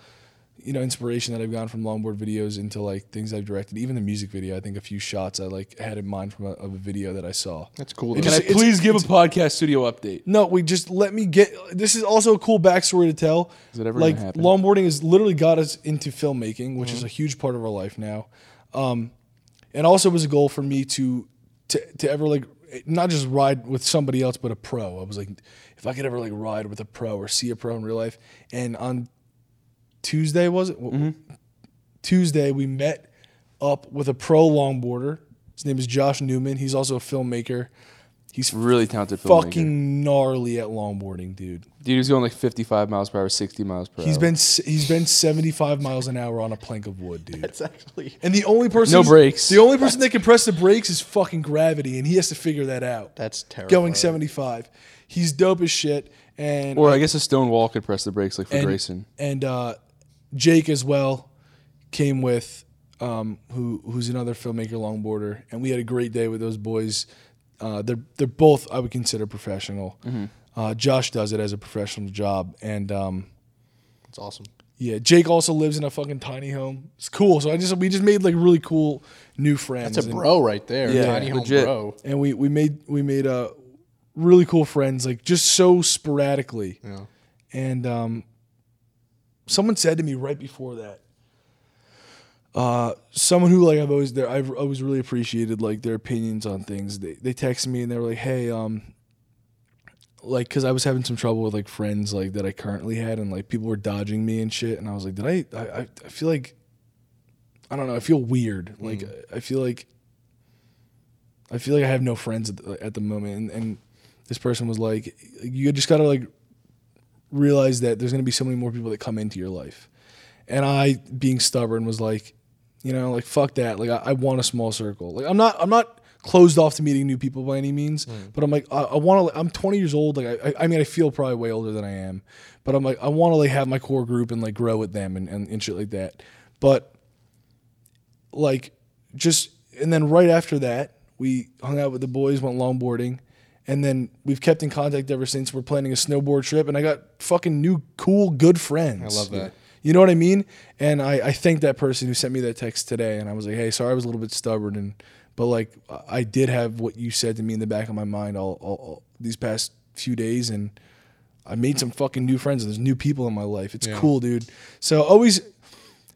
you know inspiration that i've gotten from longboard videos into like things i've directed even the music video i think a few shots i like had in mind from a, of a video that i saw That's cool. It though. can I it's- please give a podcast studio update? no, we just let me get. This is also a cool backstory to tell. Is it ever like gonna happen? Mm-hmm. longboarding has literally got us into filmmaking, which is a huge part of our life now. Um, and also was a goal for me to to to ever like not just ride with somebody else, but a pro. I was like, if I could ever like ride with a pro or see a pro in real life. And on Tuesday was it? Mm-hmm. Tuesday, we met up with a pro longboarder. His name is Josh Newman. He's also a filmmaker. He's Really talented filmmaker. fucking gnarly at longboarding, dude. Dude, he's going like 55 miles per hour, 60 miles per He's hour. been s- he's been 75 miles an hour on a plank of wood, dude. It's actually And the only person No who's- brakes. The only person that can press the brakes is fucking gravity, and he has to figure that out. that's terrible. Going 75, he's dope as shit. And or I guess a stone wall could press the brakes like for and, Grayson. and uh, Jake as well came with um, who who's another filmmaker longboarder, and we had a great day with those boys. Uh, they're they're both I would consider professional. Mm-hmm. Uh, Josh does it as a professional job, and um, It's awesome. yeah, Jake also lives in a fucking tiny home. It's cool. So I just we just made like really cool new friends. It's a and- bro right there. Yeah, Tiny home legit. bro. and we we made we made uh really cool friends like just so sporadically Yeah. and um someone said to me right before that. Uh, someone who like I've always there I've always really appreciated like their opinions on things. They they texted me and they were like, "Hey, um, like because I was having some trouble with like friends like that I currently had and like people were dodging me and shit and I was like did I I, I- I feel like I don't know I feel weird like I I feel like I feel like I have no friends at the, at the moment and, and this person was like you just gotta like realize that there's gonna be so many more people that come into your life and I being stubborn was like you know like fuck that like I, I want a small circle like I'm not I'm not closed off to meeting new people by any means but I'm like I, I want to I'm 20 years old like I, I I mean I feel probably way older than I am but I'm like I want to like have my core group and like grow with them and, and, and shit like that but like just and then right after that we hung out with the boys went longboarding and then we've kept in contact ever since we're planning a snowboard trip and i got fucking new cool good friends i love that. you know what i mean and i i thank that person who sent me that text today and i was like hey sorry i was a little bit stubborn and but like I- i did have what you said to me in the back of my mind all, all, all these past few days and i made some fucking new friends and there's new people in my life it's cool dude so always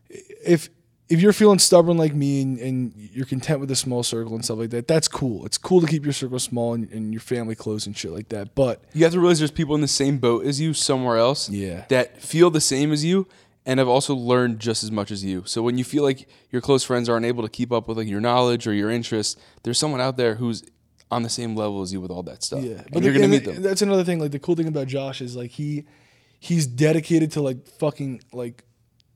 if if you're feeling stubborn like me and, and you're content with a small circle and stuff like that, that's cool. It's cool to keep your circle small and, and your family close and shit like that. But You have to realize there's people in the same boat as you somewhere else Yeah. that feel the same as you and have also learned just as much as you. So when you feel like your close friends aren't able to keep up with like your knowledge or your interests, there's someone out there who's on the same level as you with all that stuff. yeah, And but you're the- gonna and meet the- them. That's another thing. Like the cool thing about Josh is like he he's dedicated to like fucking like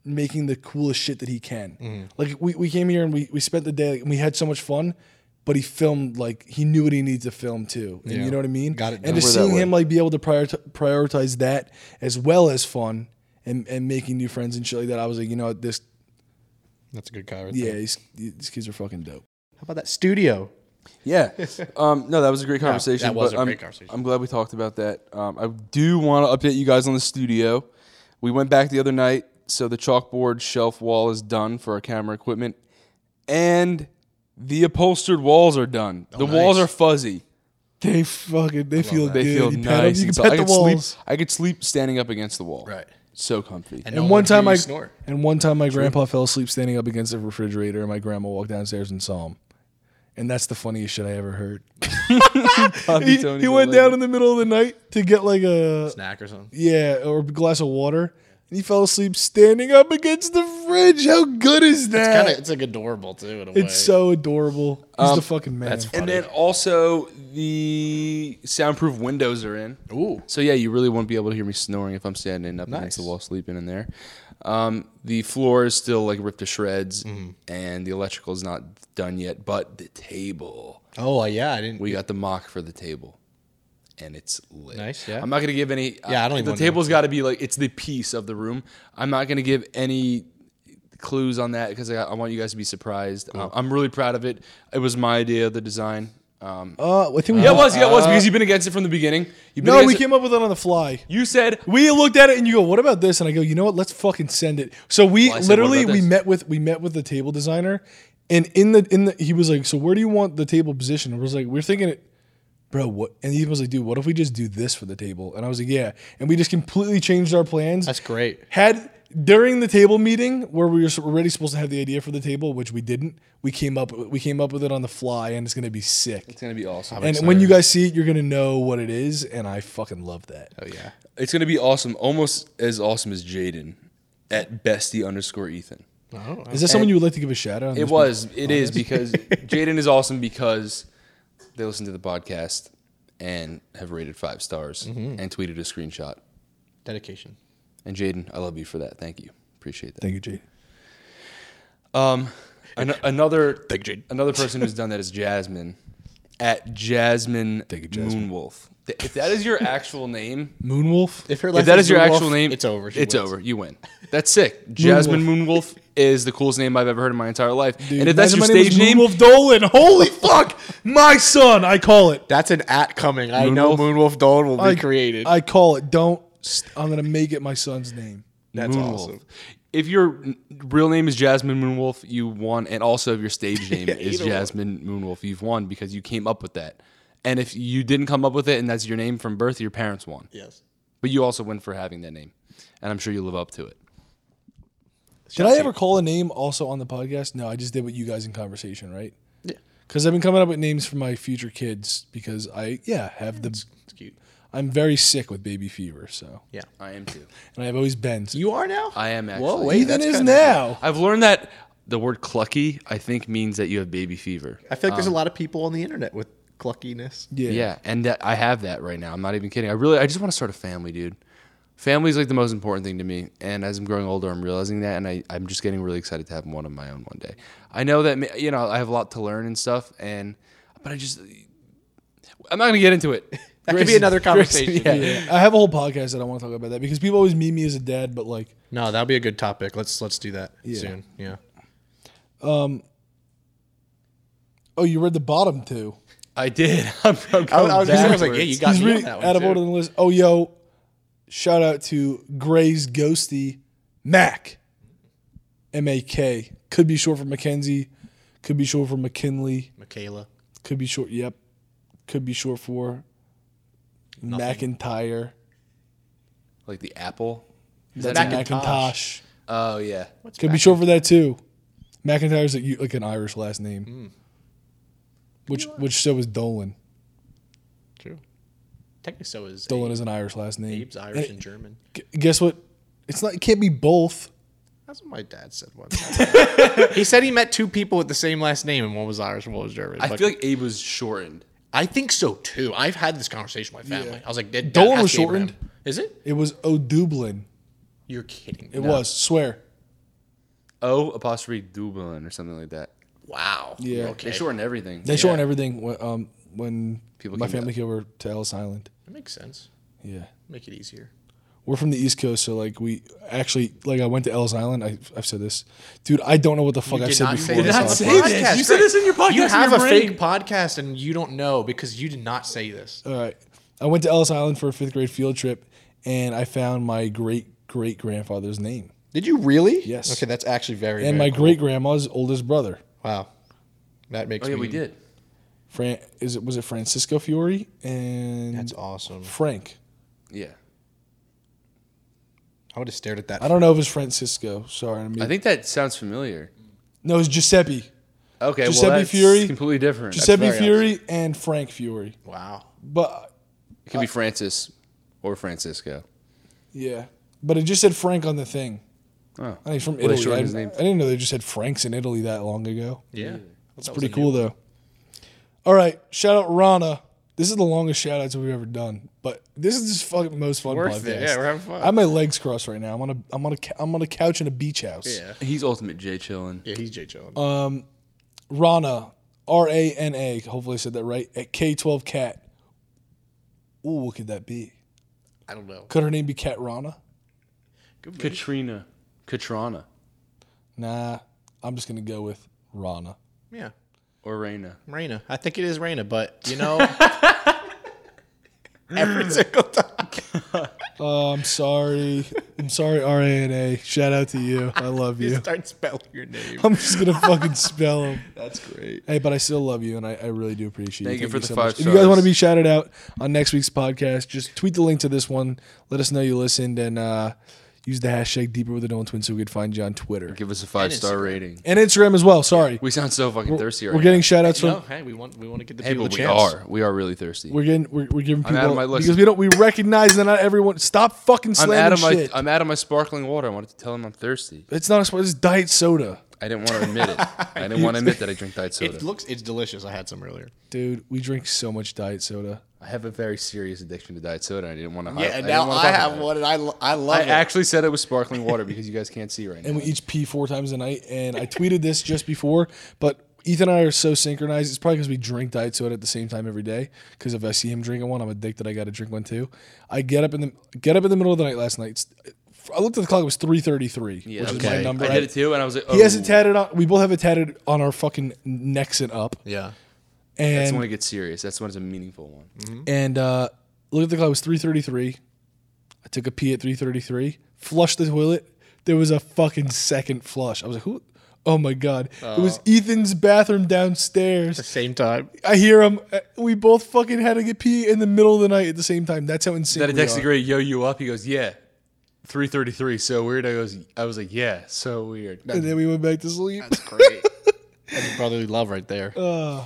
making the coolest shit that he can. Mm-hmm. Like we, we came here and we, we spent the day like, and we had so much fun, but he filmed like he knew what he needed to film too. And you know what I mean? Got it And done. just We're that seeing way. him like be able to prior- prioritize that as well as fun and, and making new friends and shit like that. I was like, you know what, this That's a good guy right yeah, there. these, these kids are fucking dope. How about that studio? Yeah. Um, no, that was a great conversation. that was but a I'm, great conversation. I'm glad we talked about that. Um, I do want to update you guys on the studio. We went back the other night, so the chalkboard shelf wall is done for our camera equipment, and the upholstered walls are done. the walls Oh, nice. are fuzzy. They fucking they feel They good. feel you pet 'em, nice. you and can so- pet I the could sleep- walls. I could sleep standing up against the wall. Right. So comfy. no And one time hear you I snore. and one time my grandpa fell asleep standing up against the refrigerator, and my grandma walked downstairs and saw him. And that's the funniest shit I ever heard. Bobby He, Tony he the legend. went down in the middle of the night to get like a Snack or something. yeah or a glass of water, and he fell asleep standing up against the fridge. How good is that? Kind of, it's like adorable too. In a way. It's so adorable. He's Um, the fucking man. that's And then also the soundproof windows are in. Ooh. So yeah, you really won't be able to hear me snoring if I'm standing up against the Nice. wall sleeping in there. Um, the floor is still like ripped to shreds, and the electrical is not done yet. But the table, Oh yeah, I didn't. we got the mock for the table, and it's lit. Nice, yeah. I'm not gonna give any. uh, Yeah, I don't even The wanna know table's got to be like it's the piece of the room. I'm not gonna give any clues on that because I, I want you guys to be surprised. Um, I'm really proud of it. It was my idea, the design. Um, uh, Uh, I think we yeah, it was. Yeah, it was because you've been against it from the beginning. You've been No, against we it- came up with it on the fly. You said we looked at it and you go, "What about this?" And I go, "You know what? Let's fucking send it." So we Well, I said, literally "What about we this?" met with we met with the table designer, and in the in the he was like, "So where do you want the table position?" And I was like, "We're thinking it." Bro, what? And he was like, "Dude, what if we just do this for the table?" And I was like, "Yeah." And we just completely changed our plans. That's great. Had during the table meeting where we were already supposed to have the idea for the table, which we didn't. We came up we came up with it on the fly, and it's gonna be sick. it's gonna be awesome. And when you guys see it, you're gonna know what it is, and I fucking love that. Oh yeah. It's gonna be awesome, almost as awesome as Jaden at bestie underscore Ethan. Oh, Is this someone you would like to give a shout out? on It this was. It is because Jaden is awesome because they listened to the podcast and have rated five stars and tweeted a screenshot. dedication. And Jaden, I love you for that. Thank you. Appreciate that. Thank you, Jay. Um, an- another Thank you, Jaden. another person who's done that is Jasmine at Jasmine, you, Jasmine. Moonwolf. Th- If that is your actual name, Moonwolf. If, her if last that name's is your Moonwolf, actual name, it's over. She it's wins. over. You win. That's sick. Jasmine Moonwolf is the coolest name I've ever heard in my entire life. and if that's your stage name, Moonwolf Dolan. Holy fuck, my son! I call it. That's an at coming. I know Moonwolf Dawn will be I, created. I call it. Don't. St- I'm gonna make it my son's name. That's Moonwolf. awesome. If your n- real name is Jasmine Moonwolf, you won, and also if your stage name is either one. Jasmine Moonwolf, you've won because you came up with that. And if you didn't come up with it, and that's your name from birth, your parents won. yes. But you also win for having that name, and I'm sure you live up to it. Did I ever call a name also on the podcast? No, I just did what you guys in conversation, right? Yeah. Because I've been coming up with names for my future kids because I yeah have the It's cute. I'm very sick with baby fever, so Yeah. I am too. and I've always been. So You are now. I am actually. Whoa, wait, Ethan that's is kinda- now. I've learned that the word clucky, I think, means that you have baby fever. I feel like there's a lot of people on the internet with cluckiness. Yeah. Yeah. and that I have that right now. I'm not even kidding. I really, I just want to start a family, dude. Family's like the most important thing to me, and as I'm growing older, I'm realizing that, and I, I'm just getting really excited to have one of my own one day. I know that ma- you know I have a lot to learn and stuff, and but I just I'm not gonna get into it. That could be another conversation. yeah. Yeah, I have a whole podcast that I want to talk about that because people always meet me as a dad, but like No, that'll be a good topic. Let's let's do that soon. Yeah. oh, you read the bottom two. I did. I'm, I'm I, going was just I was like, yeah, backwards. you got He's me really on that one out of too. order on the list. Oh yo, shout out to Gray's Ghosty Mac. M A K. Could be short for Mackenzie, could be short for McKinley, Michaela. could be short yep. Could be short for McIntyre. like the apple. Is That's that Mac- Macintosh. oh yeah. Could be short for that too. McIntyre's like, you- like an Irish last Hmm. name, which which so is Dolan. True. Technically, so is Dolan is an Irish last name. Abe's Irish and German. Gu- Guess what? It's not. It can't be both. That's what my dad said once. he said he met two people with the same last name, and one was Irish and one was German. I feel like Abe was shortened. I think so too. I've had this conversation with my family. I was like, that, Dolan that's was Abraham. shortened. Is it? It was O'Dublin. You're kidding. It was. Swear. O apostrophe Dublin or something like that. Wow. Yeah. Okay. They shortened everything. They shortened everything when, um, when People my came family came over to Ellis Island. That makes sense. Yeah. Make it easier. We're from the East Coast, so like we actually like I went to Ellis Island. I, I've said this, dude. I don't know what the fuck I've did said not before. say on this this on the podcast. say this. podcast. You said this in your podcast You in have your a brain. fake podcast, and you don't know because you did not say this. All right. uh, I went to Ellis Island for a fifth grade field trip, and I found my great great grandfather's name Did you really? Yes. Okay, that's actually very. and very my great grandma's oldest brother. cool. Wow. That makes. Oh yeah, me, we did. Fran is it was it Francisco Fiore and That's awesome. Frank. Yeah. I would have stared at that. I don't know if it's Francisco. Sorry, I mean I think that sounds familiar. no, it's Giuseppe. Okay, Giuseppe well, that's Fury. completely different. Giuseppe very Fiore and Frank Fiore. Wow. But it could be Francis or Francisco. yeah, but it just said Frank on the thing. Oh, I think it's from Well, they Italy. shortened I, his name. I didn't know they just had Franks in Italy that long ago. Yeah. That's pretty cool though. All right, shout out Rana. This is the longest shout outs we've ever done, but this is just fucking most fun Worth podcast. it. Yeah, we're having fun. I have my legs crossed right now. I'm on a I'm on a cou- I'm on a couch in a beach house. Yeah. he's ultimate J chillin. Yeah, he's J. Chillin. Uh, Rana, R A N A. Hopefully I said that right. At K12 Cat. Ooh, what could that be? I don't know. Could her name be Cat Rana? Katrina, Katrana, Nah, I'm just gonna go with Rana. Yeah. or Raina. Raina. I think it is Raina, but you know, every single time. Oh, I'm sorry. I'm sorry, R A N A. Shout out to you. I love You you. start spelling your name. I'm just gonna fucking spell him. That's great. Hey, but I still love you, and I, I really do appreciate Thank you. you for the so five much. If you guys stars. want to be shouted out on next week's podcast, just tweet the link to this one. Let us know you listened, and uh, use the hashtag Deeper with the Known Twin so we could find you on Twitter Give us a five star rating. and Instagram as well. Sorry, We sound so fucking thirsty right we're getting now. shout outs No, from hey, we want we want to get the Hey, people but the we chance. are. We are really thirsty. we're getting we're, we're giving people out of my list. because we don't we recognize that not everyone stop fucking I'm slamming out of my shit. I'm out of my sparkling water. I wanted to tell him I'm thirsty. it's not a sport. It's diet soda, I didn't want to admit it. I didn't want to admit that I drink diet It soda. looks it's delicious. I had some earlier. dude. We drink so much diet soda. I have a very serious addiction to diet soda. and I didn't want to. Yeah, and now I have one, and I lo- I love I it. actually said it was sparkling water because you guys can't see right now. and we each pee four times a night. And I tweeted this just before, but Ethan and I are so synchronized. It's probably because we drink diet soda at the same time every day. Because if I see him drinking one, I'm addicted. I got to drink one too. I get up in the get up in the middle of the night last night. It's- I looked at the clock. It was three thirty three, Yeah, which is okay. my number. I did it too, and I was like, oh, He has it tatted on. We both have it tatted on our fucking necks and up. yeah. That's when And it gets serious. That's when it's a meaningful one. and uh, look at the clock. It was three thirty three. I took a pee at three thirty three. Flushed the toilet. There was a fucking second flush. I was like, who? Oh my god! It Oh. was Ethan's bathroom downstairs. Same time. I hear him. Uh, We both fucking had to get pee in the middle of the night at the same time. That's how insane. Then I we texted are. Gray, yo, you up? He goes, yeah. three thirty three. So weird. I was I was like, yeah, so weird. and then we went back to sleep. That's great. That's brotherly love right there. Uh,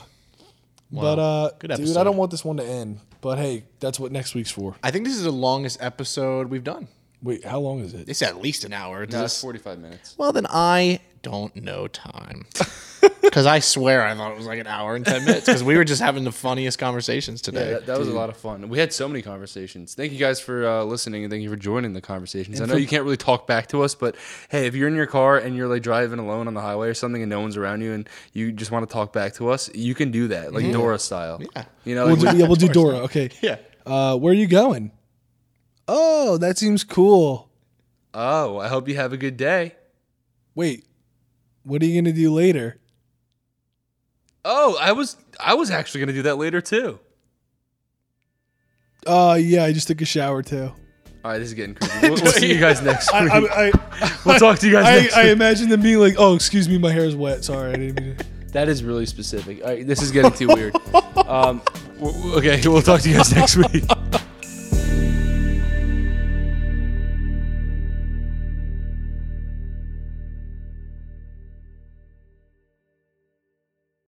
But uh, Good dude, I episode. don't want this one to end. But hey, that's what next week's for. I think this is the longest episode we've done. Wait, how long is it? It's at least an hour. Does That's this- forty five minutes. Well, then I don't know time. Because I swear I thought it was like an hour and 10 minutes because we were just having the funniest conversations Yeah, today. that, that was a lot of fun. We had so many conversations. Thank you guys for uh, listening and thank you for joining the conversations. I know you can't really talk back to us, but hey, if you're in your car and you're like driving alone on the highway or something and no one's around you and you just want to talk back to us, you can do that, like Dora style. Yeah. You know, We'll like, do, we- yeah, we'll do Dora. Okay. Yeah. Uh, where are you going? Oh, that seems cool. oh, I hope you have a good day. Wait, what are you gonna do later? Oh, I was I was actually gonna do that later too. Uh, yeah, I just took a shower too. All right, this is getting creepy. We'll, we'll see you guys next week. I, we'll talk to you guys I, next I week. imagine them being like, "Oh, excuse me, my hair is wet. Sorry, I didn't mean to." That is really specific. All right, this is getting too weird. Um, w- w- okay, we'll talk to you guys next week.